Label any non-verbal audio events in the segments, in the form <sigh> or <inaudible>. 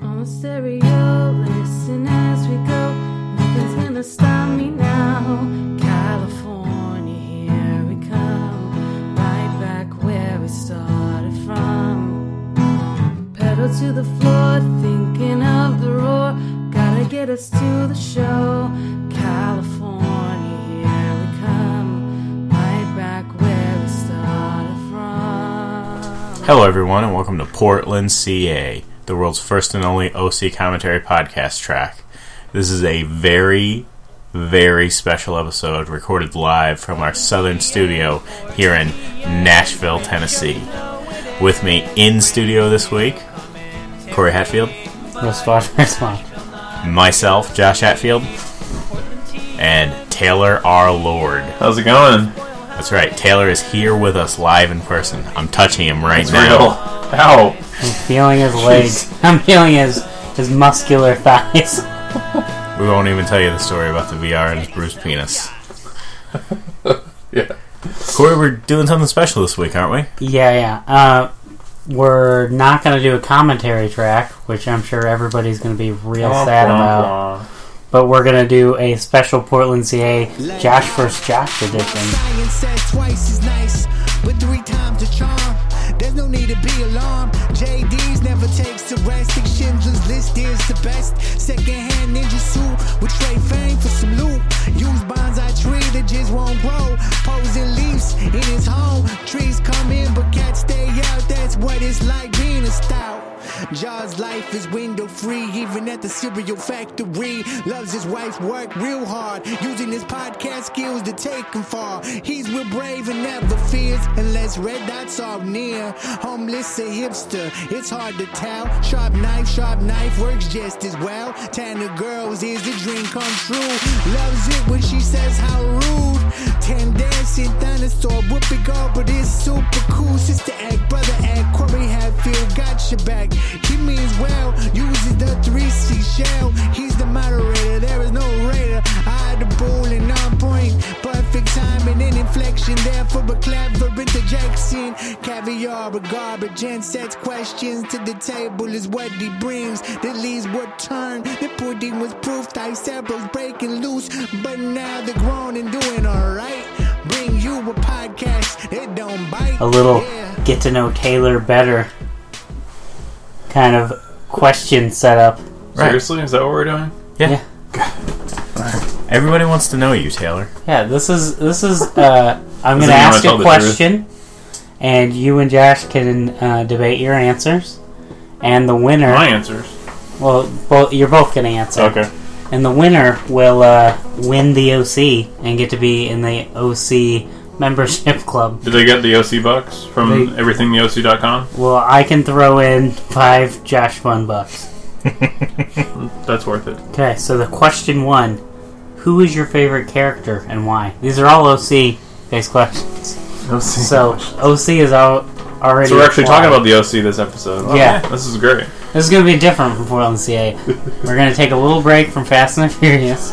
on stereo. Listen as we go. Nothing's gonna stop me now. California, here we come. Right back where we started from. Pedal to the floor, thinking of the roar. Gotta get us to the show. California, here we come. Right back where we started from. Hello, everyone, and welcome to Portland, CA, the world's first and only OC commentary podcast track. This is a very, very special episode recorded live from our southern studio here in Nashville, Tennessee. With me in studio this week, Corey Hatfield, That's <laughs> fine. That's fine. myself, Josh Hatfield, and Taylor R. Lord. How's it going? That's right, Taylor is here with us live in person. I'm touching him right It's now. real. Ow. I'm feeling his legs. <laughs> I'm feeling his his muscular thighs. <laughs> We won't even tell you the story about the VR and his bruised penis. <laughs> Yeah. Corey, we're doing something special this week, aren't we? Yeah, yeah. Uh, we're not gonna do a commentary track, which I'm sure everybody's gonna be real sad about. But we're gonna do a special Portland, CA Josh vs. Josh edition. Ryan said twice is nice, but three times a charm. There's no need to be alarmed. JD's never takes a rest. Think Schindler's List is the best. Secondhand ninja suit with trade fame for some loot. Use bonsai tree that just won't grow. Posing leaves in his home. Trees come in, but cats stay out. That's what it's like being a stout. Jaws' life is window free, even at the cereal factory. Loves his wife, work real hard, using his podcast skills to take him far. He's real brave and never fears, unless red dots are near. Homeless, a hipster, it's hard to tell. Sharp knife, sharp knife works just as well. Tanner girls is the dream come true. Loves it when she says how rude. Ten dancing dinosaur, whoopee girl, but it's super cool. Sister act, brother act, Corey Hatfield got your back. He means well, uses the 3C shell. He's the moderator, there is no raider. I the bull and on point. Perfect timing and inflection, therefore a clever interjection. Caviar, a garbage, and sets questions to the table is what he brings. The leaves were turned, the pudding was proof, dicebles breaking loose. But now they're grown and doing alright. Bring you a podcast, it don't bite. a little Yeah. get to know Taylor better kind of question setup. Right. Seriously, is that what we're doing? Yeah. Yeah. Everybody wants to know you, Taylor. Yeah, this is this is uh, I'm Doesn't gonna mean I ask tell a the truth. question and you and Josh can uh, debate your answers and the winner My answers. well both you're both gonna answer. Okay. And the winner will uh, win the OC and get to be in the OC membership <laughs> club. Did they get the OC bucks from They- everythingtheoc.com? Well, I can throw in five Josh Fun bucks. That's <laughs> worth it. Okay, so the question one: Who is your favorite character and why? These are all OC based questions. OC. So OC is out already. So we're actually applied. talking about the OC this episode. Yeah. This is great. this is going to be different from Portland <laughs> CA. we're going to take a little break from Fast and the Furious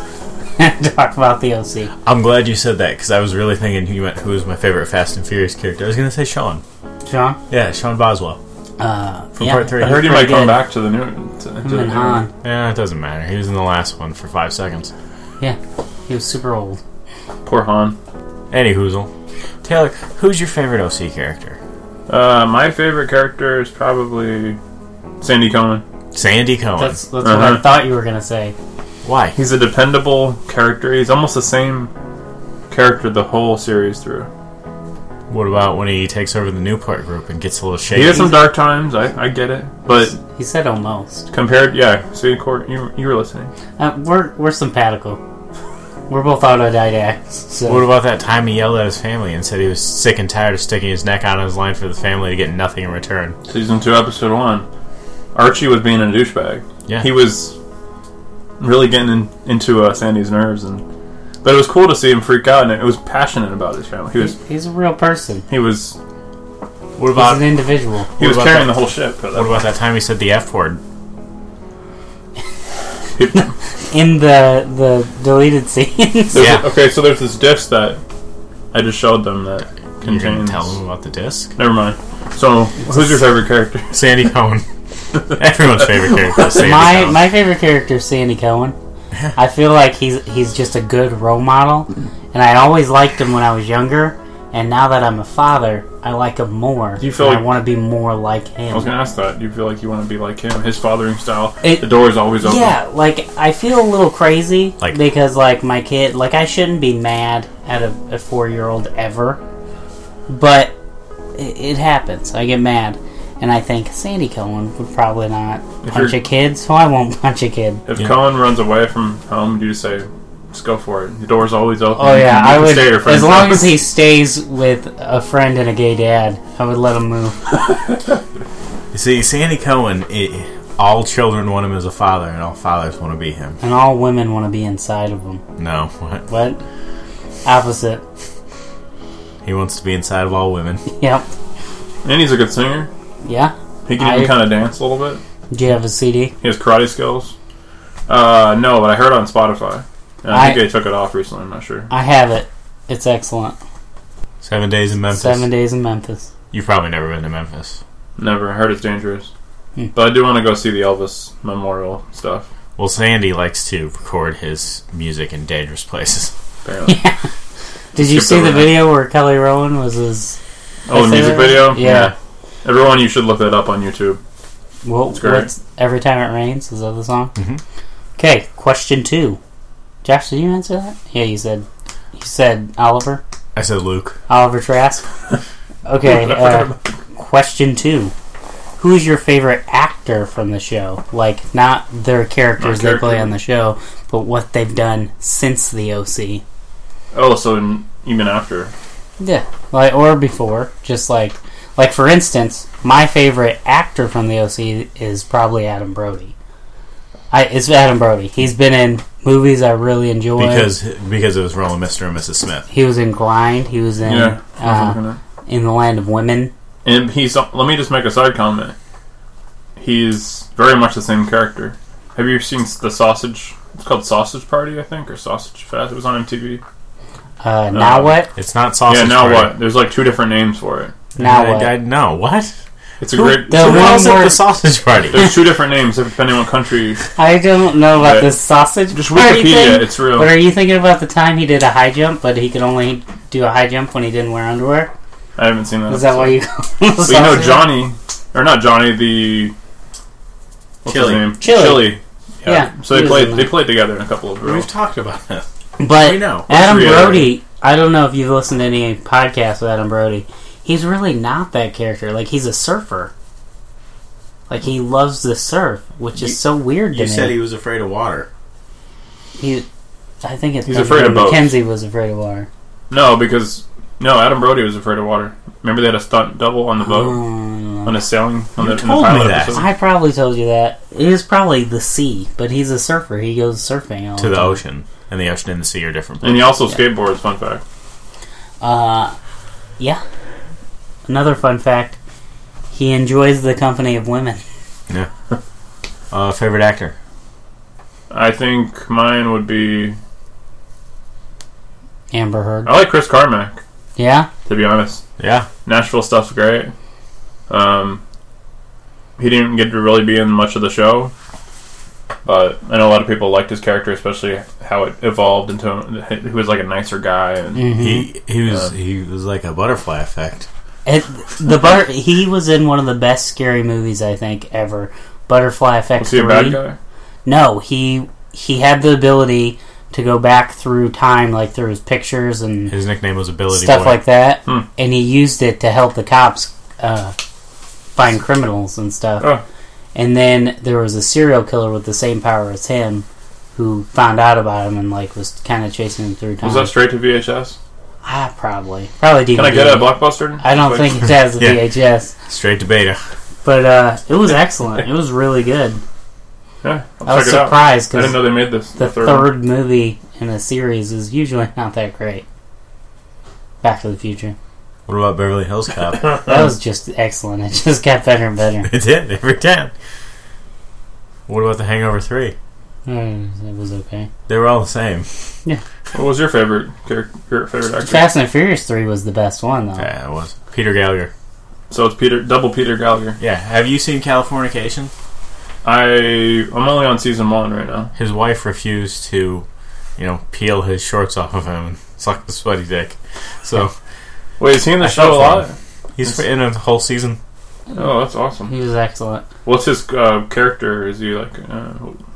<laughs> and talk about the OC. I'm glad you said that because I was really thinking you went, who is my favorite Fast and Furious character? I was going to say Sean. Sean, Yeah, Sean Boswell. uh, From yeah, part three. but I heard he pretty might come good. back to the new. To, to Him the and new- Han. Yeah, it doesn't matter. He was in the last one for five seconds. Yeah, he was super old. Poor Han. Any hoozle. Taylor, who's your favorite OC character? Uh, my favorite character is probably Sandy Cohen. Sandy Cohen. That's that's what I Uh-huh. thought you were going to say. Why? He's a dependable character. He's almost the same character the whole series through. What about when he takes over the Newport group and gets a little He shady? has some dark times. I, I get it, but He said almost. compared, yeah. See, Court, you, you were listening. Uh, we're we're simpatical. We're both autodidacts. So. What about that time he yelled at his family and said he was sick and tired of sticking his neck out on his line for the family to get nothing in return? Season two, episode one. Archie was being a douchebag. Yeah. he was really getting in, into uh, Sandy's nerves, and but it was cool to see him freak out, and it was passionate about his family. He was He's a real person. he was What He's about an individual. he was about carrying that? the whole ship. But what about that time he said the F word? In the the deleted <laughs> scenes. There's a- Yeah. okay, so there's this disc that I just showed them that You're gonna contains. tell him about the disc? Never mind. So, who's your favorite character? <laughs> <laughs> Sandy Cohen. Everyone's favorite character. is Sandy my Cohen. my favorite character is Sandy <laughs> Cohen. I feel like he's he's just a good role model, and I always liked him when I was younger. And now that I'm a father, I like him more. Do you feel and I like- want to be more like I was him. gonna ask that. Do you feel like you want to be like him? His fathering style. It- the door is always open. Yeah, like I feel a little crazy Like- because like my kid, like I shouldn't be mad at a, a four year old ever, but it, it happens. I get mad, and I think Sandy Cohen would probably not If punch you're- a kid, so I won't <laughs> punch a kid. If Yeah. Cohen runs away from home, you just say, "Just go for it." The door's always open. Oh yeah, You I can would. stay at your As friend's long house. as he stays with a friend and a gay dad, I would let him move. You see, Sandy Cohen, it, all children want him as a father, and all fathers want to be him. And all women want to be inside of him. No, what? What? Opposite. <laughs> He wants to be inside of all women. Yep. and he's a good singer. Yeah. He can even I- kind of dance a little bit. Do you have a CD? He has karate skills. Uh, no, but I heard on Spotify. And I, think I- they took it off recently. I'm not sure. I have it. It's excellent. Seven days in Memphis. Seven days in Memphis. You've probably never been to Memphis. Never I heard it's dangerous. Hmm. But I do want to go see the Elvis memorial stuff. Well, Sandy likes to record his music in dangerous places. <laughs> Apparently. Did you Skipped see over the that. video where Kelly Rowan was his? Oh, I the say that music right? video. Yeah. Everyone, you should look that up on YouTube. Well, It's great. Mm-hmm. what's every time it rains? Is that the song? Mhm. Okay. Question two. Josh, did you answer that? Yeah, you said. You said Oliver. I said, Luke. Oliver <laughs> Trask. Okay, uh, question two. Who's your favorite actor from the show? Like, not their characters Not they play character. on the show, but what they've done since the OC. Oh, so in, even after. Yeah, like or before, just like, like for instance, my favorite actor from the OC is probably Adam Brody. I it's Adam Brody. He's been in movies I really enjoy. Because because it was rolling Mr. and Mrs. Smith. he was in Grind. He was in Yeah. I was uh, looking at- in the Land of Women. And he's. Let me just make a side comment. He's very much the same character. Have you seen the sausage? It's called Sausage Party, I think, or Sausage Fest. It was on MTV. Uh, now Uh, what? It's not sausage. yeah. Now party. what? There's like two different names for it. Now I- what? I- no, what? It's a great. The Who one calls it word- the sausage party? There's two different names depending on what country. I don't know about Right. this sausage. Just party Wikipedia. thing, It's real. But are you thinking about the time he did a high jump, but he could only do a high jump when he didn't wear underwear? I haven't seen that. Is that episode. why you? call him But you know sausage? Johnny, or not Johnny, the what's Chili. his name? Chili. Yeah. Yeah, So he they was played. in They that. played together in a couple of reels. We've talked about this. But We know. Adam What's reality? Brody. I don't know if you've listened to any podcasts with Adam Brody. He's really not that character. Like he's a surfer. Like he loves the surf, which is You- so weird to You me. said he was afraid of water. he, I think it's He's afraid of boats. Mackenzie was afraid of water. No, because no, Adam Brody was afraid of water. Remember they had a stunt double on the boat Mm. on a sailing on You the, in the told me pilot that. episode. I probably told you that. It is probably the sea, but he's a surfer. He goes surfing all To the time. ocean. And the ocean and the sea are different places. And he also skateboards. Fun fact. Uh, yeah. Another fun fact: he enjoys the company of women. Uh, favorite actor? I think mine would be. Amber Heard. I like Chris Carmack. Yeah, To be honest, Yeah. Nashville stuff's great. Um, he didn't get to really be in much of the show, but I know a lot of people liked his character, especially how it evolved into he was like a nicer guy. And Mm-hmm. He he was Uh, he was like a butterfly effect. It- the butter. He was in one of the best scary movies I think ever. Butterfly Effect. was he a 3. bad guy? No, he he had the ability to go back through time, like through his pictures and His nickname was Ability stuff Boy. like that, Hmm. and he used it to help the cops uh, find criminals and stuff. Oh. And then there was a serial killer with the same power as him, who found out about him and like was kind of chasing him through time. Was that straight to VHS? ah, probably, probably DVD. Can I get a blockbuster? I don't Like- think it <laughs> has a Yeah. VHS, Straight to beta. but uh, it was excellent. It was really good. Yeah, I I'll was check it out. surprised I didn't because know they made this. the third third, one. movie in a series is usually <laughs> not that great. Back to the Future. What about Beverly Hills <laughs> Cop? That was just excellent. It just got better and better. it did every time. What about The Hangover Three? Mm, It was okay. They were all the same. What was your favorite character? Your favorite actor? Fast and Furious Three was the best one Uh, though. Yeah, it was Peter Gallagher. So it's Peter, double Peter Gallagher. Yeah. Have you seen Californication? I I'm only on season one right now. His wife refused to, you know, peel his shorts off of him and suck the sweaty dick. So Wait, is he in the I show a fell lot? he's in a whole season. Oh, that's awesome. He was excellent. What's his uh, character? Is he like uh,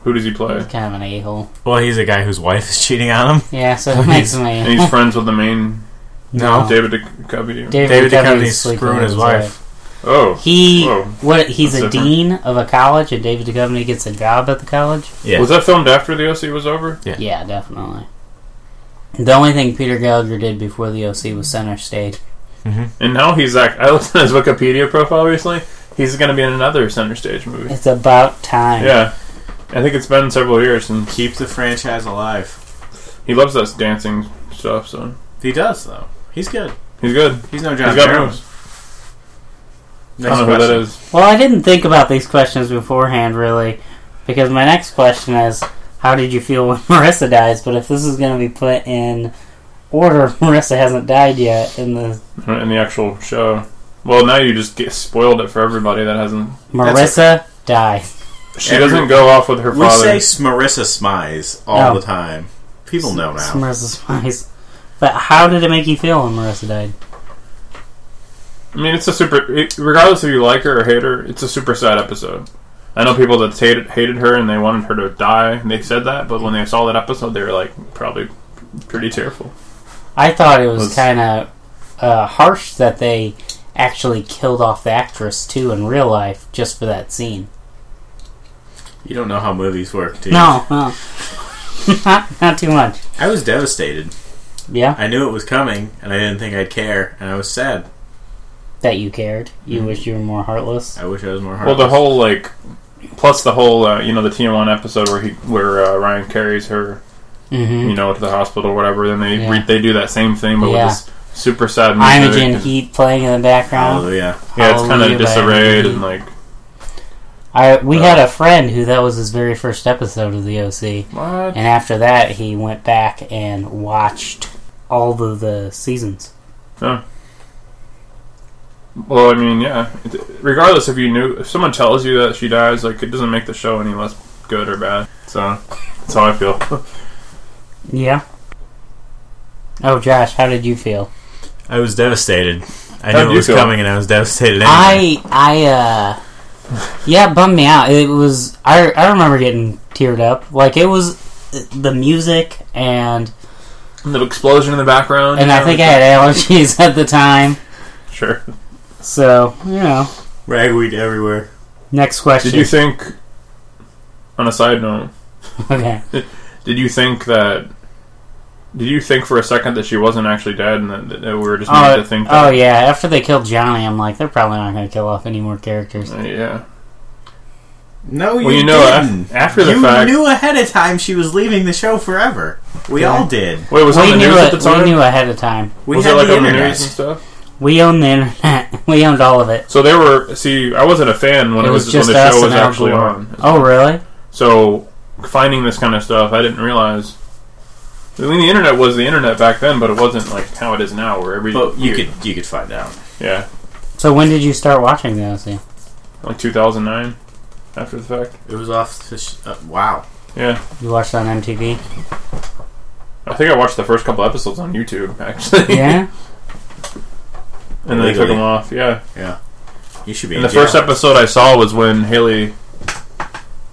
who does he He's play? kind of an a hole. Well, he's a guy whose wife is <laughs> cheating on him. Yeah, so it makes He's- me. And <laughs> he's friends with the main No, David Duchovny. David Duchovny's Duchovny's sleeping screwing with his wife. Oh, He Whoa. what? He's That's a different. dean of a college, and David Duchovny gets a job at the college. Yeah, was that filmed after the OC was over? Yeah. Yeah, definitely. The only thing Peter Gallagher did before the OC was center stage. And now he's like, I looked at his Wikipedia profile recently. He's going to be in another center stage movie. It's about time. Yeah, I think it's been several years since keep the franchise alive. he loves that dancing stuff. So He does though. He's good. he's good. He's no John He's got Barrows. moves. I don't know who that is. Well, I didn't think about these questions beforehand, really, because my next question is, how did you feel <laughs> when Marissa dies? But if this is going to be put in order, <laughs> Marissa hasn't died yet in the in the actual show. Well, now you just get spoiled it for everybody that hasn't. Marissa dies. She Every- doesn't go off with her We father. say Marissa Smies all No. the time. People know now. Marissa Spies. But how did it make you feel when Marissa died? I mean, it's a super. It, regardless if you like her or hate her, it's a super sad episode. I know people that hated hated her and they wanted her to die, and they said that. But when they saw that episode, they were like probably pretty tearful. I thought it was, Was- kind of uh, harsh that they actually killed off the actress too in real life just for that scene. You don't know how movies work, do you? No, no, <laughs> not not too much. I was devastated. Yeah, I knew it was coming, and I didn't think I'd care, and I was sad. that you cared. You wish you were more heartless. I wish I was more Well, heartless. the whole like, plus the whole uh, you know the TM1 episode where he where uh, Ryan carries her Mm-hmm. you know to the hospital or whatever. Then they Yeah. re- they do that same thing, but Yeah. with this super sad music. Imogen Heat playing in the background. Hallelujah. yeah, it's kind Hallelujah of by disarrayed Imogen and like I we had a friend who that was his very first episode of the OC, what? and after that he went back and watched all of the seasons. Well, I mean, yeah. It- Regardless if you knew, if someone tells you that she dies, like it doesn't make the show any less good or bad. So that's how I feel. Yeah. Oh, Josh, how did you feel? I was devastated. I knew How'd you it was feel? coming, and I was devastated. Anyway. I I uh yeah, it bummed me out. It was I I remember getting teared up. Like it was the music and the explosion in the background, and you I know, think I it's had allergies <laughs> at the time. like- sure. So, you know, ragweed everywhere. next question. Did you think? On a side note, <laughs> okay. did you think that? Did you think for a second that she wasn't actually dead, and that, that we were just made Oh, to think? oh That, yeah, after they killed Johnny, I'm like they're probably not going to kill off any more characters. Uh, yeah. No, Well, you know, af- after the you fact- knew ahead of time she was leaving the show forever. We Yeah. all did. Wait, was it on We the knew news at the it, time? we knew ahead of time. We was had it like the on the internet. news and stuff? We owned the internet. <laughs> we owned all of it. So they were. See, I wasn't a fan when It it, was was, just when the us show and was Al actually Gore. on. Oh, really? So finding this kind of stuff, I didn't realize. I mean, the internet was the internet back then, but it wasn't like how it is now, where every But you could you could find out. yeah, So when did you start watching the OC? like 2009, after the fact. It was off. The sh- uh, wow. Yeah, You watched it on <laughs> MTV? I think I watched the first couple episodes on YouTube <laughs> actually. Yeah. and they took Illegally. them off. Yeah, You should be. and in the jail. first episode I saw was when Haley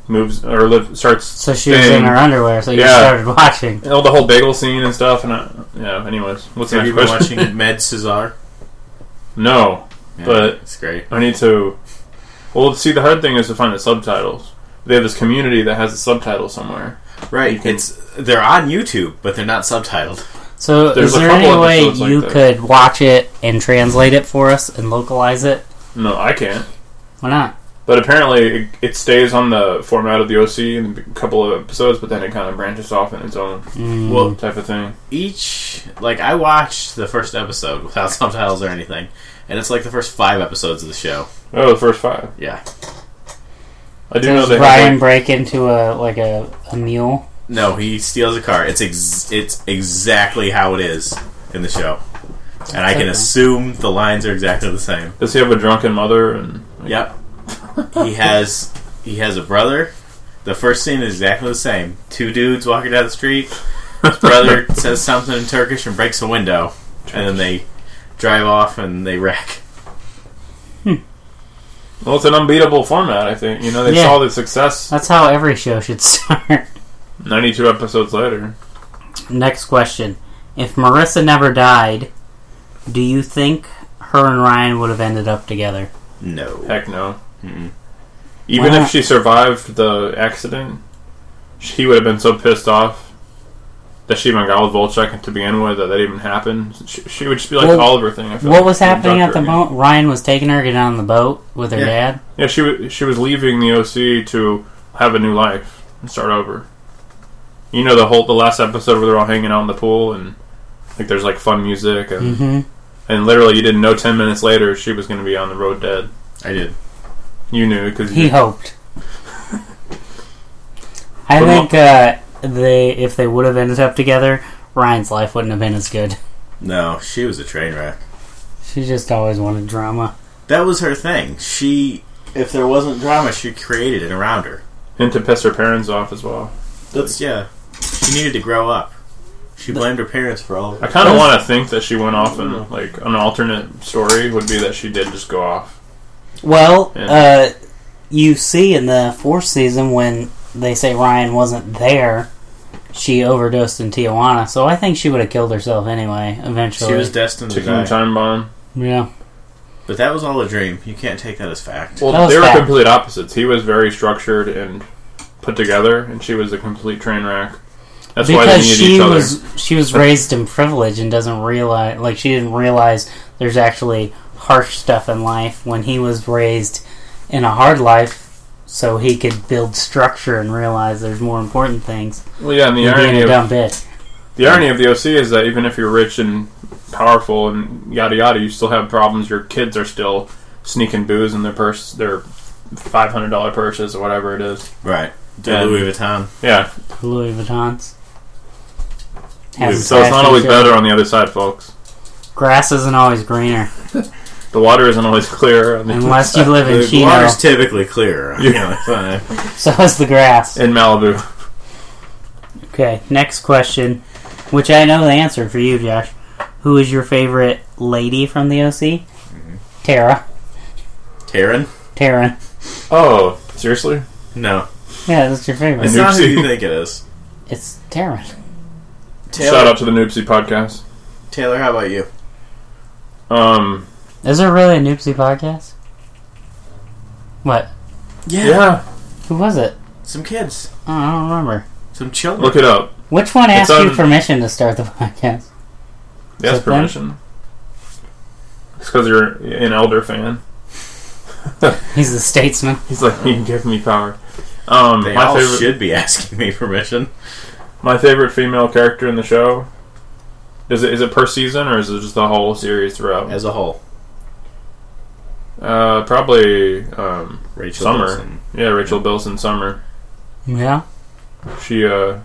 moves or live, starts. So she was staying- in her underwear. So you Yeah. started watching. You know, the whole bagel scene and stuff, and I, yeah. Anyways, what's the Have next you been question? watching <laughs> Med Cesar? <laughs> No, Yeah, But- it's great. I need to. Well, see, the hard thing is to find the subtitles. They have this community that has the subtitles somewhere. Right. It's they're on YouTube, but they're not subtitled. So There's is a there couple any way episodes like you that. could watch it and translate it for us and localize it? No, I can't. Why not? But apparently, it, it stays on the format of the OC in a couple of episodes, but then it kind of branches off in its own Mm, Well, type of thing. each like I watched the first episode without <laughs> subtitles or anything, and it's like the first five episodes of the show. Oh, the first five. Yeah. I do know does they Brian have, like, break into a like a, a mule? No, he steals a car. It's ex- it's exactly how it is in the show, and I can Okay. assume the lines are exactly the same. does he have a drunken mother? And Yep. he has he has a brother. The first scene is exactly the same. Two dudes walking down the street. His brother says something in Turkish and breaks a window, and then they drive off and they wreck. Well, it's an unbeatable format. I think you know they Yeah. saw the success That's how every show should <laughs> start. 92 episodes later. Next question. If Marissa never died, do you think her and Ryan would have ended up together? No, Heck no. Even Why if not? she survived the accident, he would have been so pissed off that she even got with Volchek to begin with that that even happened. She, she would just be like Well, Oliver thing. I feel What like. was She would happening duck at the her. moment? Ryan was taking her, getting on the boat with her Yeah. dad. Yeah, she wa- she was leaving the OC to have a new life and start over. You know the whole the last episode where they're all hanging out in the pool and like there's like fun music and hmm and literally you didn't know ten minutes later she was going to be on the road dead. I did. You knew because He <laughs> you hoped. I Well, think uh, they, if they would have ended up together, Ryan's life wouldn't have been as good. No, she was a train wreck. She just always wanted drama. That was her thing. She, if there wasn't drama, she created it around her. and to piss her parents off as well. That's yeah. She needed to grow up. She blamed her parents for all. Of I it. kind of want to think that she went off and like an alternate story would be that she did just go off. Well, Yeah. uh, you see in the fourth season when they say Ryan wasn't there, she overdosed in Tijuana. So I think she would have killed herself anyway, eventually. She was destined to Ticking the die. time bomb. yeah. But that was all a dream. You can't take that as fact. Well, That was they were fact. complete opposites. He was very structured and put together, and she was a complete train wreck. That's why they because needed she each other. was she was raised in privilege and doesn't realize like she didn't realize there's actually harsh stuff in life when he was raised in a hard life so he could build structure and realize there's more important things Well, yeah, and the than being irony a of dumb bitch. the irony of the OC is that even if you're rich and powerful and yada yada, you still have problems. Your kids are still sneaking booze in their purse, their five hundred dollar purses or whatever it is. right. Yeah. Louis Vuitton. Yeah, Louis Vuitton's. Has a so it's not fashion always show. better on the other side, folks. Grass isn't always greener <laughs> The water isn't always clear. on <laughs> the other unless you side. live in The Chino. water's typically clearer. You know, it's not- So is the grass. in Malibu. Okay, next question, which I know the answer for you, Josh. Who is your favorite lady from the OC? Mm-hmm. Tara. Taryn? Tara. Oh, seriously? No. Yeah, that's your favorite. It's It's, not who Noopsie. you think it is. Tara. Taylor, Shout out to the Noopsy podcast. Taylor, how about you? Um, Is there really a Noopsy podcast? What? yeah, Who was it? Some kids. Oh, I don't remember. Some children. look it up. Which one asked It's you on- permission to start the <laughs> podcast? They asked Is it them? permission. It's because you're an elder fan. He's the statesman. He's like, <laughs> you can give me power. Um, They my all favorite, should be <laughs> asking me permission. my favorite female character in the show. Is it is it per season or is it just the whole series throughout? As a whole. Uh, probably. Um, Rachel Summer. Bilson. yeah, Rachel Bilson Summer. Yeah. She uh,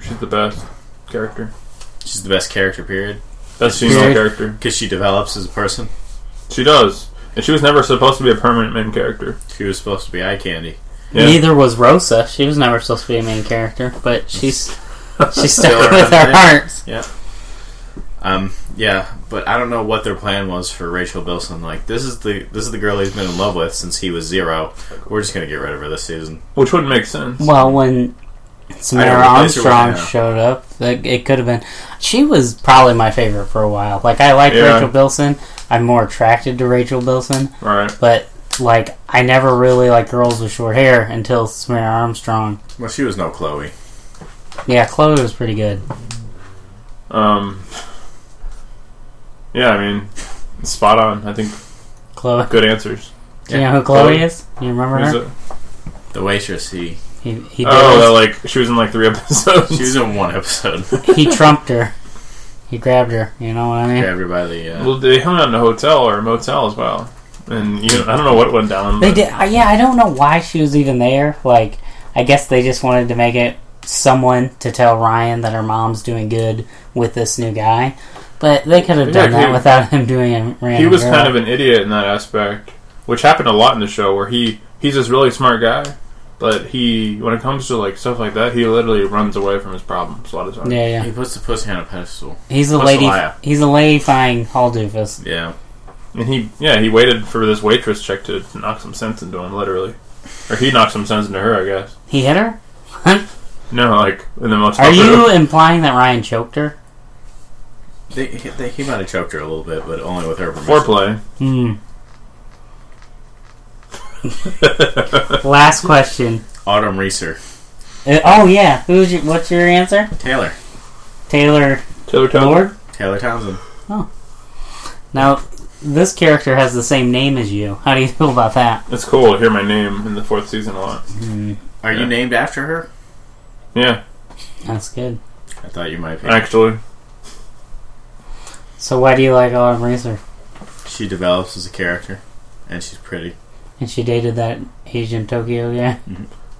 she's the best character. She's the best character, period. Best female Period. character. Because she develops as a person. She does, and she was never supposed to be a permanent main character. She was supposed to be eye candy. Yeah. Neither was Rosa. She was never supposed to be a main character, but she's <laughs> Still she stuck her with own her thing. heart. Um, yeah, but I don't know what their plan was for Rachel Bilson. Like, this is the this is the girl he's been in love with since he was zero. We're just gonna get rid of her this season. Which wouldn't make sense. Well, when Samara I don't replace her with Armstrong Hannah. showed up, that it could have been. She was probably my favorite for a while. Like I like Yeah. Rachel Bilson. I'm more attracted to Rachel Bilson, Right. but like I never really liked girls with short hair until Samara Armstrong. Well, she was no Chloe. Yeah, Chloe was pretty good. Um, yeah, I mean, spot on. I think Chloe. <laughs> good answers. Do you know who Chloe, Chloe. is? You remember Who's her? it? The waitress. He He, he, Oh, that, did like she was in like three <laughs> episodes. she was in one episode. he trumped her. He grabbed her. You know what I mean? Grabbed her by the. Uh, well, they hung out in a hotel or a motel as well, and you know, I don't know what went down. They but- did. I yeah, I don't know why she was even there. Like, I guess they just wanted to make it someone to tell Ryan that her mom's doing good with this new guy. But they could have done Yeah, that he- without him doing a random. He was kind of an idiot in that aspect, which happened a lot in the show, where he he's this really smart guy, but he when it comes to like stuff like that, he literally runs away from his problems a lot of times. Yeah, He yeah. puts the pussy on a pedestal. He's a That's lady. a liar. He's a ladyfying Hall doofus. Yeah. And he, yeah, he waited for this waitress chick to knock some sense into him, literally, or he knocked some sense into her, I guess. He hit her. No, like in the most. Are you popular- implying that Ryan choked her? They, they, he might have choked her a little bit, but only with her permission. foreplay? Hmm. Last question. Autumn Reeser. Uh, oh yeah. Who's your, what's your answer? Taylor. Taylor Taylor Taylor. Lord. Taylor Townsend. Now, this character has the same name as you. How do you <laughs> feel about that? It's cool to hear my name in the fourth season a lot. Are you Yeah. named after her? Yeah, That's good. I thought you might be. actually, So why do you like Autumn Reeser? She develops as a character, and she's pretty. And she dated that Asian Tokyo guy.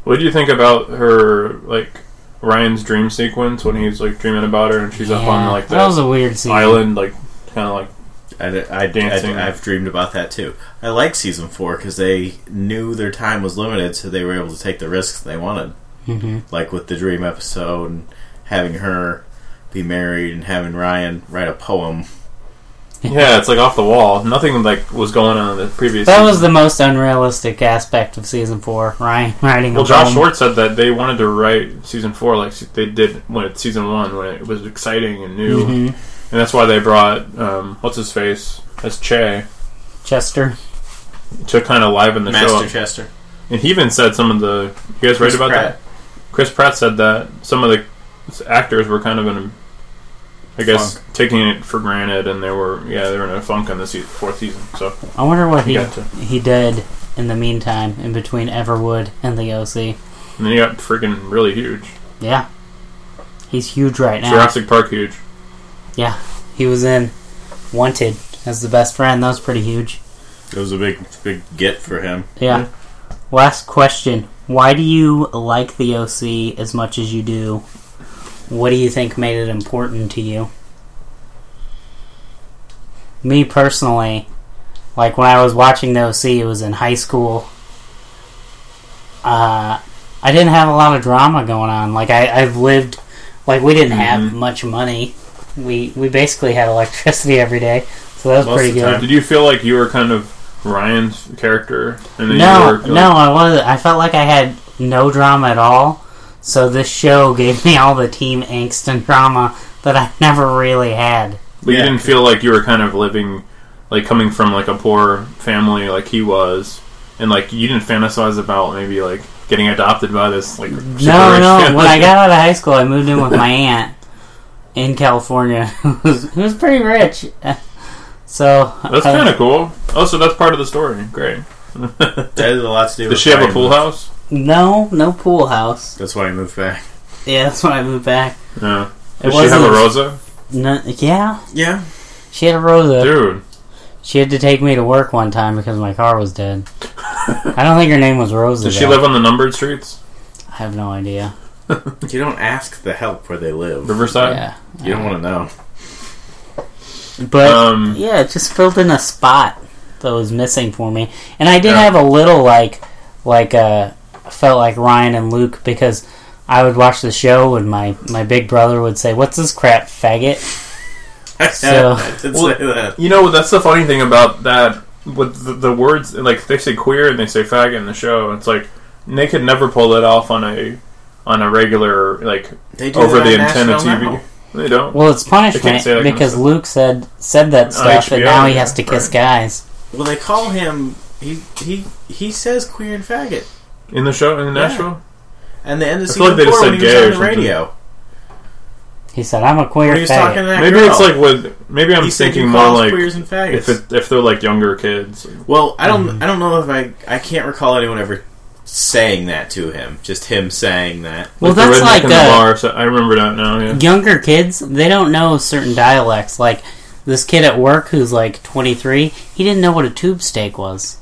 what do you think about her like Ryan's dream sequence when he's like dreaming about her and she's up on Yeah, like that was the a weird scene. island, like kind of like I, I, I, Dancing. I, have dreamed about that too. I like season four because they knew their time was limited, so they were able to take the risks they wanted. hmm Like with the dream episode and having her be married and having Ryan write a poem. yeah, it's like off the wall. Nothing like was going on in the previous. That season. was the most unrealistic aspect of season four. Ryan <laughs> riding. Well, a Josh bum. Schwartz said that they wanted to write season four like se- they did when it, season one when it was exciting and new, Mhm. and that's why they brought um, what's his face as Che Chester. to kind of liven the show. Master up. Chester. And he even said some of the you guys read Chris about Pratt. that? Chris Pratt said that some of the actors were kind of in, a, I guess, taking it for granted, and they were yeah they were in a funk on the se- fourth season. So I wonder what he Gotcha. he did in the meantime, in between Everwood and the OC. and then he got freaking really huge. Yeah, he's huge right now. Jurassic Park huge. Yeah, he was in Wanted as the best friend. That was pretty huge. It was a big, big get for him. Yeah. Last question: Why do you like the OC as much as you do? What do you think made it important to you? Me personally, like when I was watching the OC, it was in high school. Uh, I didn't have a lot of drama going on. Like I, I've lived, like we didn't have Mm-hmm. much money. We we basically had electricity every day, so that was Most pretty of the good. time. Did you feel like you were kind of Ryan's character? And then No, you were no, I was. I felt like I had no drama at all. So this show gave me all the team angst and drama that I <laughs> never really had. But Yeah. you didn't feel like you were kind of living, like coming from like a poor family, like he was, and like you didn't fantasize about maybe like getting adopted by this like super No, rich no. <laughs> family. When I got out of high school, I moved in with my <laughs> aunt in California, <laughs> who was, who was pretty rich. <laughs> So uh, that's kind of cool. Oh, so that's part of the story. Great. That had a lot to do. Does with she have a Ryan. pool house? no, no pool house. That's why he moved back. Yeah, that's when I moved back. No. It Does she have a wasn't- Rosa? No, yeah, Yeah, she had a Rosa. Dude, She had to take me to work one time because my car was <laughs> dead. I don't think her name was Rosa. does she though. live on the numbered streets, I have no idea. you don't ask the help where they live. Riverside? yeah, You don't want to know. <laughs> but Um, yeah, it just filled in a spot that was missing for me, and I did Yeah. have a little like like uh felt like Ryan and Luke because I would watch the show and my my big brother would say, "What's this crap, faggot?" So- I did Well- say that. You know, that's the funny thing about that. With the, the words, like they say queer and they say faggot in the show. It's like and they could never pull that off on a on a regular like They do over that the on antenna Nashville TV. now. They don't. Well, it's can't punishment say that Oh, kind of because stuff. Luke said said that stuff, and HBO, now he yeah, has to kiss right. guys. Well, they call him. He he he says queer and faggot. in the show in Nashville, And the end of I season feel like they just four said when he was gay or on the something. radio. He said, "I'm a queer When he was talking to faggot." that maybe girl, it's like with maybe I'm he said thinking you more call us like queers and faggots. if it, Mm-hmm. if they're like younger kids. well, I don't I don't know if I I can't recall anyone ever saying that to him. Just him saying that. Well, the that's redneck like in the uh, bar. So I remember that now. Yeah, younger kids they don't know certain dialects like this kid at work who's like 23 he didn't know what a tube steak was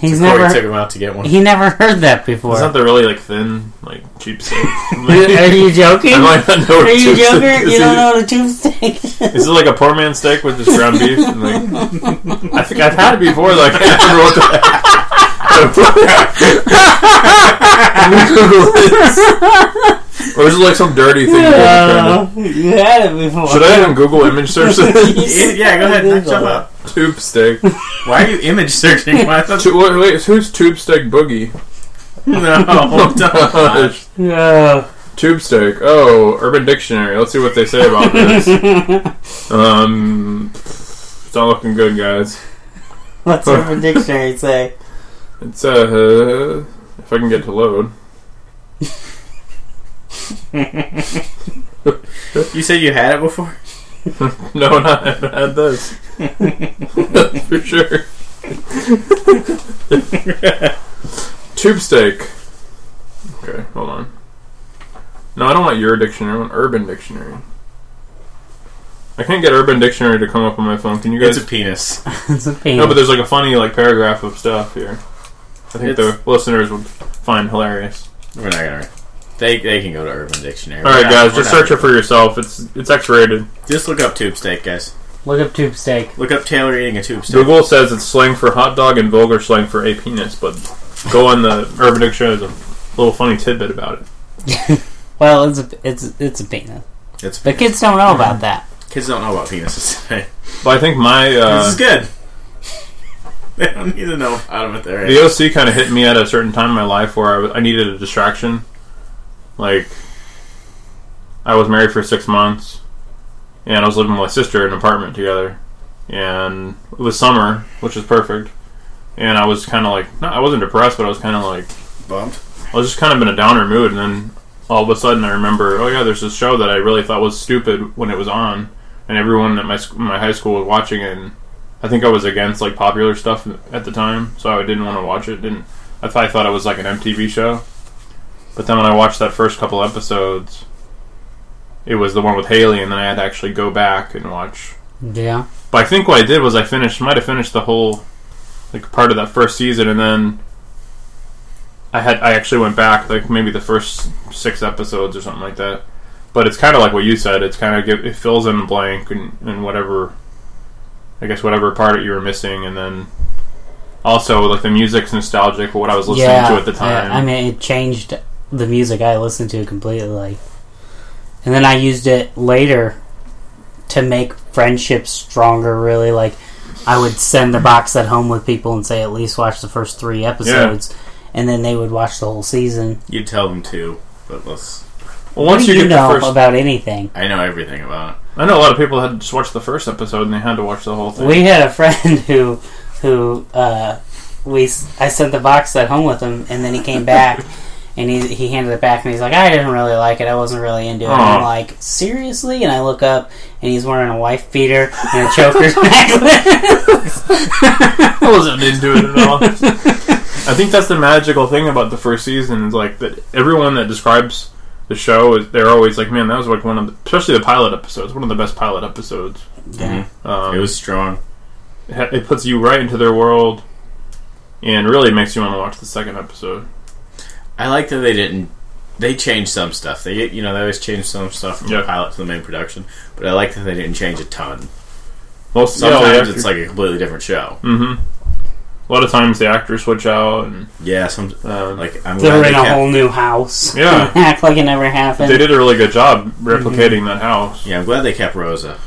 he's Before he never took him out to get one. he never heard that it's not before the really like thin like cheap <laughs> steak. <laughs> are you joking <laughs> I might not know are what you cheap steak joking <laughs> is. you don't know what a tube steak <laughs> is Is it like a poor man's steak with just ground beef? And like, I think I've had it before. Like, I don't remember what the or is it like some dirty thing? you're trying to- Uh, <laughs> you had it before. Should I have Google image <laughs> search this? yeah, go ahead. Google Next jump it. up. <laughs> tube steak. Why are you image <laughs> searching? Why the- Tu- wait, wait, who's tube steak boogie? no, don't. <laughs> Gosh. Yeah. <laughs> tube steak. Oh, Urban Dictionary. Let's see what they say about this. um, it's not looking good, guys. What's <laughs> Urban Dictionary say? It's uh, if I can get to load. You said you had it before. <laughs> No, not I've had <laughs> this. For sure. <laughs> Tube steak. Okay, hold on. No, I don't want your dictionary. I want Urban Dictionary. I can't get Urban Dictionary to come up on my phone. Can you guys? It's a penis. It's a penis. <laughs> no, but there's like a funny like paragraph of stuff here. I think It's- the listeners would find hilarious. We're not gonna. They, they can go to Urban Dictionary. All right, We're not- guys, we're just not- search it for yourself. It's it's X-rated. Just look up tube steak, guys. Look up tube steak. Look up Taylor eating a tube steak. Google says it's slang for hot dog and vulgar slang for a penis, but go on the Urban Dictionary. There's a little funny tidbit about it. Well, it's a it's it's a penis. It's The kids don't know about that. kids don't know about penises. today. But I think my this uh, is good. <laughs> They don't need to know about them at their age. the OC kind of hit me at a certain time in my life where I, w- I needed a distraction. Like I was married for six months, and I was living with my sister in an apartment together, and it was summer, which is perfect. And I was kind of like, not, I wasn't depressed, but I was kind of like, Bumped. I was just kind of in a downer mood, and then all of a sudden I remember, oh yeah, there's this show that I really thought was stupid when it was on, and everyone at my sc- my high school was watching it. And I think I was against like popular stuff at the time, so I didn't want to watch it. Didn't I, thought- I thought it was like an MTV show, but then when I watched that first couple episodes, it was the one with Haley, and then I had to actually go back and watch Yeah. but I think what I did was I finished, might have finished the whole like part of that first season, and then I had I actually went back like maybe the first six episodes or something like that. But it's kind of like what you said. It's kind of give, it fills in the blank and, and whatever, I guess whatever part you were missing, and then also like the music's nostalgic for what I was listening yeah. to at the time. yeah. I mean, it changed the music I listened to completely. Like, and then I used it later to make friendships stronger. Really, like I would send the box at home with people and say, at least watch the first three episodes, and then they would watch the whole season. You tell them to, but let's. Well, What once do you, get know the first, about anything? I know everything about it. I know a lot of people had just watched the first episode and they had to watch the whole thing. We had a friend <laughs> who who uh, we s- I sent the box set home with him, and then he <laughs> came back. And he, he handed it back and he's like, I didn't really like it. I wasn't really into it. And I'm Aw. like, seriously? And I look up and he's wearing a wife beater and a choker's <laughs> necklace. I wasn't into it <laughs> at all. I think that's the magical thing about the first season is like that everyone that describes the show is they're always like, man, that was like one of the, especially the pilot episodes, one of the best pilot episodes. Yeah. Um, It was strong. it ha- it puts you right into their world, and really makes you want to watch the second episode. I like that they didn't. They changed some stuff. They you know they always change some stuff from Yeah. the pilot to the main production, but I like that they didn't change a ton. Well, Sometimes it's like a completely different show. hmm A lot of times the actors switch out, and Yeah, some um, like I'm They're glad they in a kept, whole new house. Yeah. <laughs> Act like it never happened. they did a really good job replicating that house. yeah I'm glad they kept Rosa.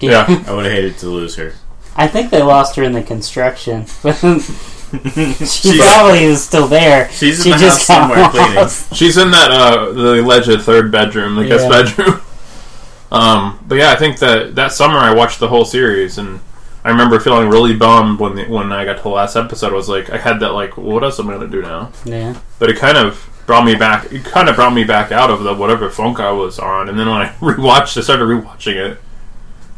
Yeah. I would have hated to lose her. <laughs> I think they lost her in the construction. <laughs> she She's- probably is still there. She's in she the house just got somewhere cleaning. <laughs> lost. She's in that uh, the alleged third bedroom, the guest Yeah. bedroom. <laughs> Um, but yeah, I think that that summer I watched the whole series, and I remember feeling really bummed when the, when I got to the last episode. I was like, I had that like, what else am I gonna do now? Yeah. But it kind of brought me back. It kind of brought me back out of the whatever funk I was on. And then when I <laughs> rewatched, I started rewatching it,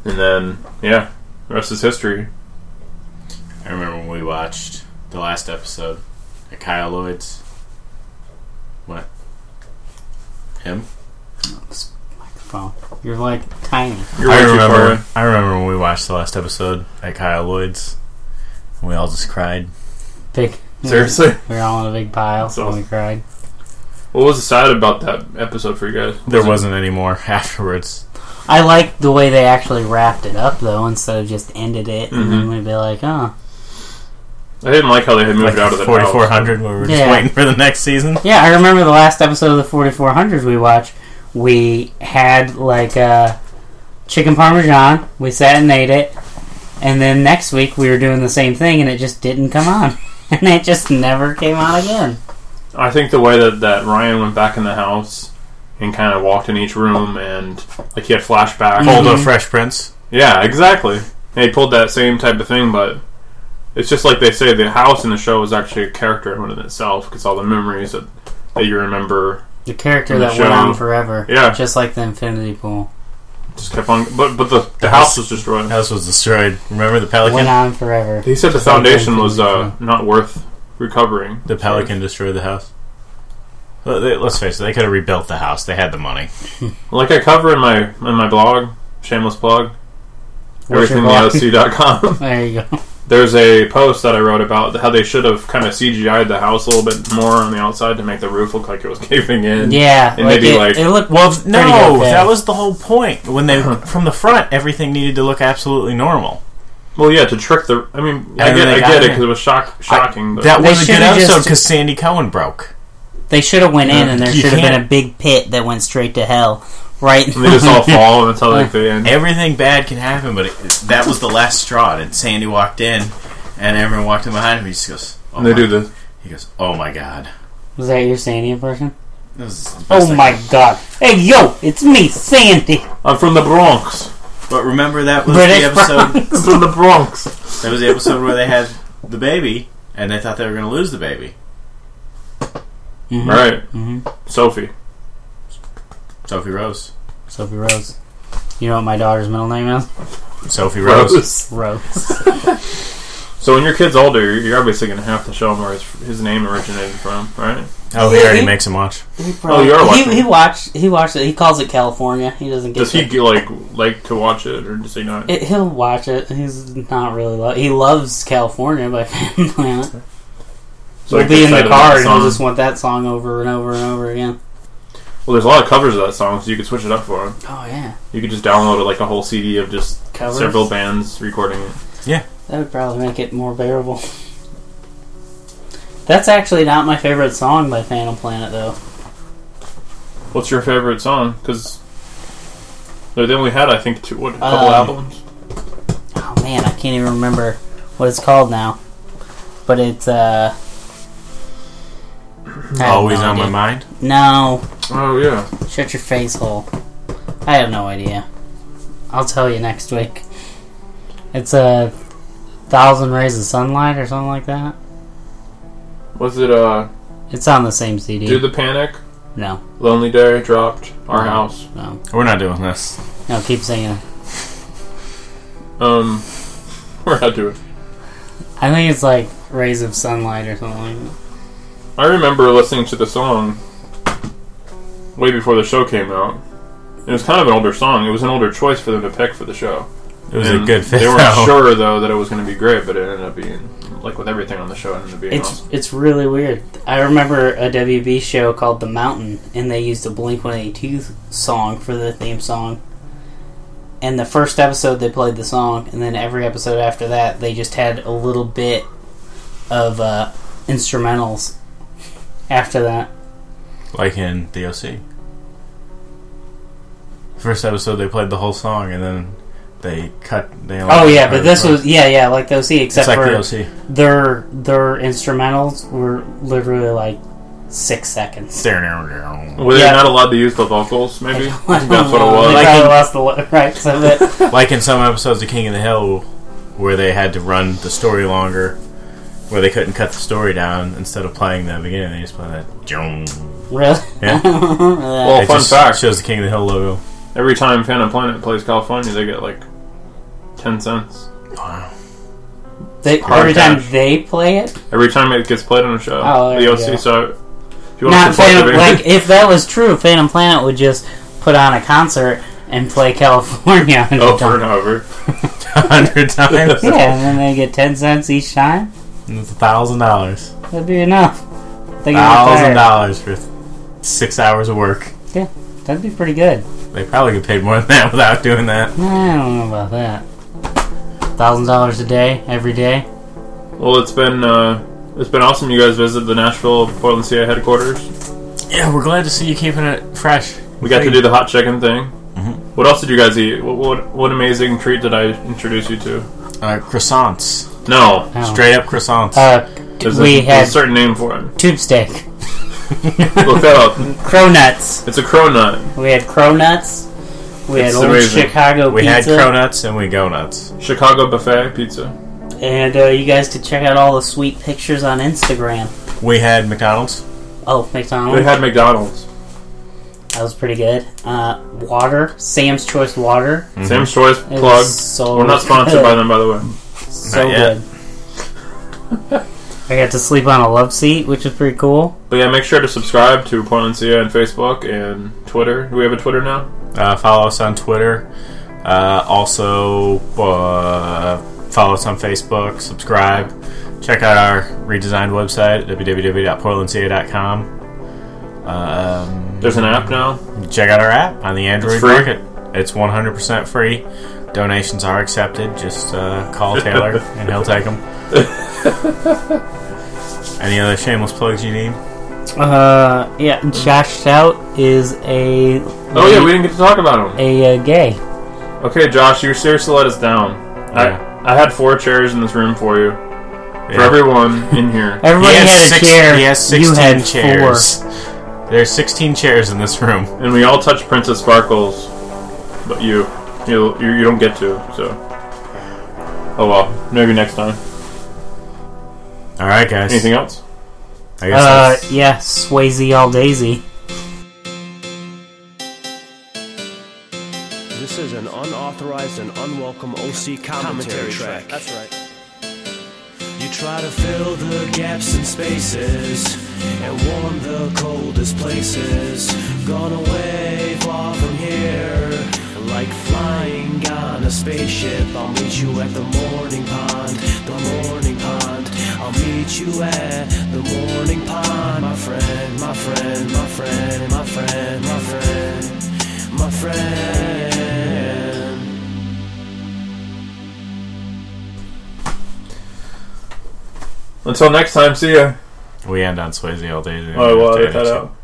and then yeah, the rest is history. I remember when we watched the last episode at Kyle Lloyd's. What? Him? Well, you're like tiny. You're way too far away. I remember when we watched the last episode at Kyle Lloyd's. We all just cried. Big. Seriously, We were all in a big pile, so Awesome. we cried. what was sad about that episode for you guys? There wasn't any more <laughs> afterwards. I like the way they Mm-hmm. actually wrapped it up, though, instead of just ended it, and then we'd be like, oh, I didn't like how they had moved Like out of the 4400 where we were just Yeah. waiting for the next season. Yeah, I remember the last episode of the 4400s we watched. We had like uh, chicken parmesan. We sat and ate it, and then next week we were doing the same thing, and it just didn't come on, <laughs> and it just never came on again. house. I think the way that, that Ryan went back in the house and kind of walked in each room and like he had flashbacks. Old of Fresh Prince. Yeah, exactly. They pulled that same type of thing, but it's just like they say the house in the show is actually a character in one of itself because all the memories that, that you remember The character The that went on show. forever, Yeah. just like the infinity pool, just kept on. But but the, the The house house- was destroyed. House was destroyed. Remember the Pelican? went on forever. He said the Just like foundation was Infinity uh, not worth recovering. The Pelican destroyed the house. Let- they- Let's face it, they could have rebuilt the house. They had the money. Like I cover in my in my blog, shameless plug, What's your blog? everythingtheoc.com. <laughs> There you go. There's a post that I wrote about how they should have kind of CGI'd the house a little bit more on the outside to make the roof look like it was <laughs> caving <laughs> in. Yeah, And like maybe, it, like- it looked Well, no, good, Uh-huh. yeah. that was the whole point. When they from the front, everything needed to look absolutely normal. Well, yeah, to trick the. I mean, I And get, they I got get it it. because it was shock, shocking. but That They was a good should've episode just- because Sandy Cohen broke. They should have went in, and there You should have been can't- a big pit that went straight to hell. Right? and <laughs> they just <laughs> all fall, and that's how like, they Uh-huh. end. Everything bad can happen, but it, that was the last straw. And Sandy walked in, and everyone walked in behind him. He just goes, oh And they my- do this. He goes, "Oh my god." was that your Sandy impression? This is the best Oh thing. my god! Hey yo, it's me, Sandy. I'm from the Bronx. But remember that was British the episode. <laughs> I'm from the Bronx. that was the episode where they had the baby, and they thought they were going to lose the baby. Right, Mm-hmm. Sophie. Sophie Rose. Sophie Rose. You know what my daughter's middle name is? Sophie Rose. <laughs> Rose. So when your kid's older, you're obviously going to have to show him where his, his name originated from, right? Oh, he already makes him watch. he <laughs> Oh, you're watching. He, he watched. He watched it. He calls it California. He doesn't get. Does he it. like like to watch it, or does he not? It- he'll watch it. He's not really. Lo- he loves California <laughs> by Phantom Planet. So we'll he be gets in the excited car and about the he'll song. just want that song over and over and over again. Well, there's a lot of covers of that song, so you could switch it up for him. Oh yeah, You could just download it like a whole CD of just Covers? several bands recording it. that would probably make it more bearable. <laughs> That's actually not my favorite song by Phantom Planet though. What's your favorite song? Because they only had, I think, two what, a couple Um, albums. oh man, I can't even remember what it's called now. But it's uh I have Always no on my idea. mind. No, Oh yeah, shut your face hole. I have no idea. I'll tell you next week. It's a thousand rays of sunlight or something like that. was it uh, It's on the same CD. Do the Panic, no, Lonely Day, Dropped, Our No. House. no, We're not doing this. no. Keep singing. Um, <laughs> we're not doing. I think it's like rays of sunlight or something. like I remember listening to the song way before the show came out. It was kind of an older song. It was an older choice for them to pick for the show. It was a And good fit. They <laughs> weren't though. sure though that it was going to be great, but it ended up being like with everything on the show, it ended up being. that. It's awesome. it's really weird. I remember a WB show called The Mountain, and they used a Blink One Eighty Two song for the theme song. And the first episode they played the song, and then every episode after that they just had a little bit of uh, instrumentals. After that, Like in the OC. First episode, they played the whole song, and then they cut. They oh yeah, but this was yeah yeah like the OC It's except like for the OC. their their instrumentals were literally like six seconds. Were they yeah. not allowed to use the vocals? Maybe that's what it They was. Like probably in- lost the li- rights of it. <laughs> like in some episodes of King of the Hill, where they had to run the story longer, where they couldn't cut the story down. Instead of playing the beginning, they just play that. Jong. really? Yeah. Well, It Oh, fun just fact: shows the King of the Hill logo. <laughs> every time Phantom Planet plays California, they get like ten cents. Wow. <laughs> They, Hard every cash. time they play it, Every time it gets played on a show, Oh, there the you OC. go. So if you want not to support the Phantom, band, like if that was true, Phantom Planet would just put on a concert and play California. <laughs> a hundred <laughs> over times. and over. A hundred times. <laughs> yeah, and then they get ten cents each time. And It's a thousand dollars. That'd be enough. They get Thousand fired. dollars for six hours of work. That'd be pretty good. They probably get paid more than that <laughs> without doing that. I don't know about that. Thousand dollars a day, every day. Well, it's been uh, it's been awesome. You guys visit the Nashville Portland CA headquarters. Yeah, we're glad to see you keeping it fresh. We got to do the hot chicken thing. What else did you guys eat? What, what what amazing treat did I introduce you to? uh, croissants, No, Oh. straight up croissants. Uh, there's, we a, had there's a certain name for it. tube steak, Look that <laughs> up. crow nuts. It's a cronut. We had crow nuts. We had It's old amazing. Chicago we had pizza. cronuts and we go nuts. Chicago buffet pizza. and uh, you guys could check out all the sweet pictures on Instagram. We had McDonald's. Oh, We McDonald's. had McDonald's. Mm-hmm. that was pretty good. Uh, water, Sam's Choice Mm, water, Sam's Choice was plug. so We're not sponsored good. <laughs> by them, by the way. so Not yet. good. I got to sleep on a love seat, which was pretty cool. But yeah, make sure to subscribe to Portland CA on Facebook and Twitter. Do we have a Twitter now? Uh, follow us on Twitter. Uh, also, uh, follow us on Facebook. Subscribe. Check out our redesigned website, www.portlandca.com. Um, There's an app now. check out our app on the Android free. market. It's 100% free. Donations are accepted. Just uh, call Taylor <laughs> and he'll take them. Any other shameless plugs you need? Uh, yeah, Josh Stout is a Oh yeah, we didn't get to talk about them. a uh, gay. Okay, Josh, you seriously let us down. Yeah. I I had four chairs in this room for you, for Yeah. <laughs> everyone in here. Everybody He had a has six- chair. He has 16 you had chairs. There's 16 chairs in this room. and we all touch Princess Sparkles, but you, you, you, you don't get to. So, oh well, maybe next time. All right, guys. Anything I else? four. guess Uh, that's- yeah, Swayze all daisy. This is an unauthorized and unwelcome OC commentary, track. That's right. You try to fill the gaps and spaces and warm the coldest places. Gone away far from here, like flying on a spaceship. I'll meet you at the morning pond, the morning pond. I'll meet you at the morning pond, my friend, my friend, my friend, my friend, my friend, my friend. Until next time, see ya. we end on Swayze all day. Oh well, I cut out.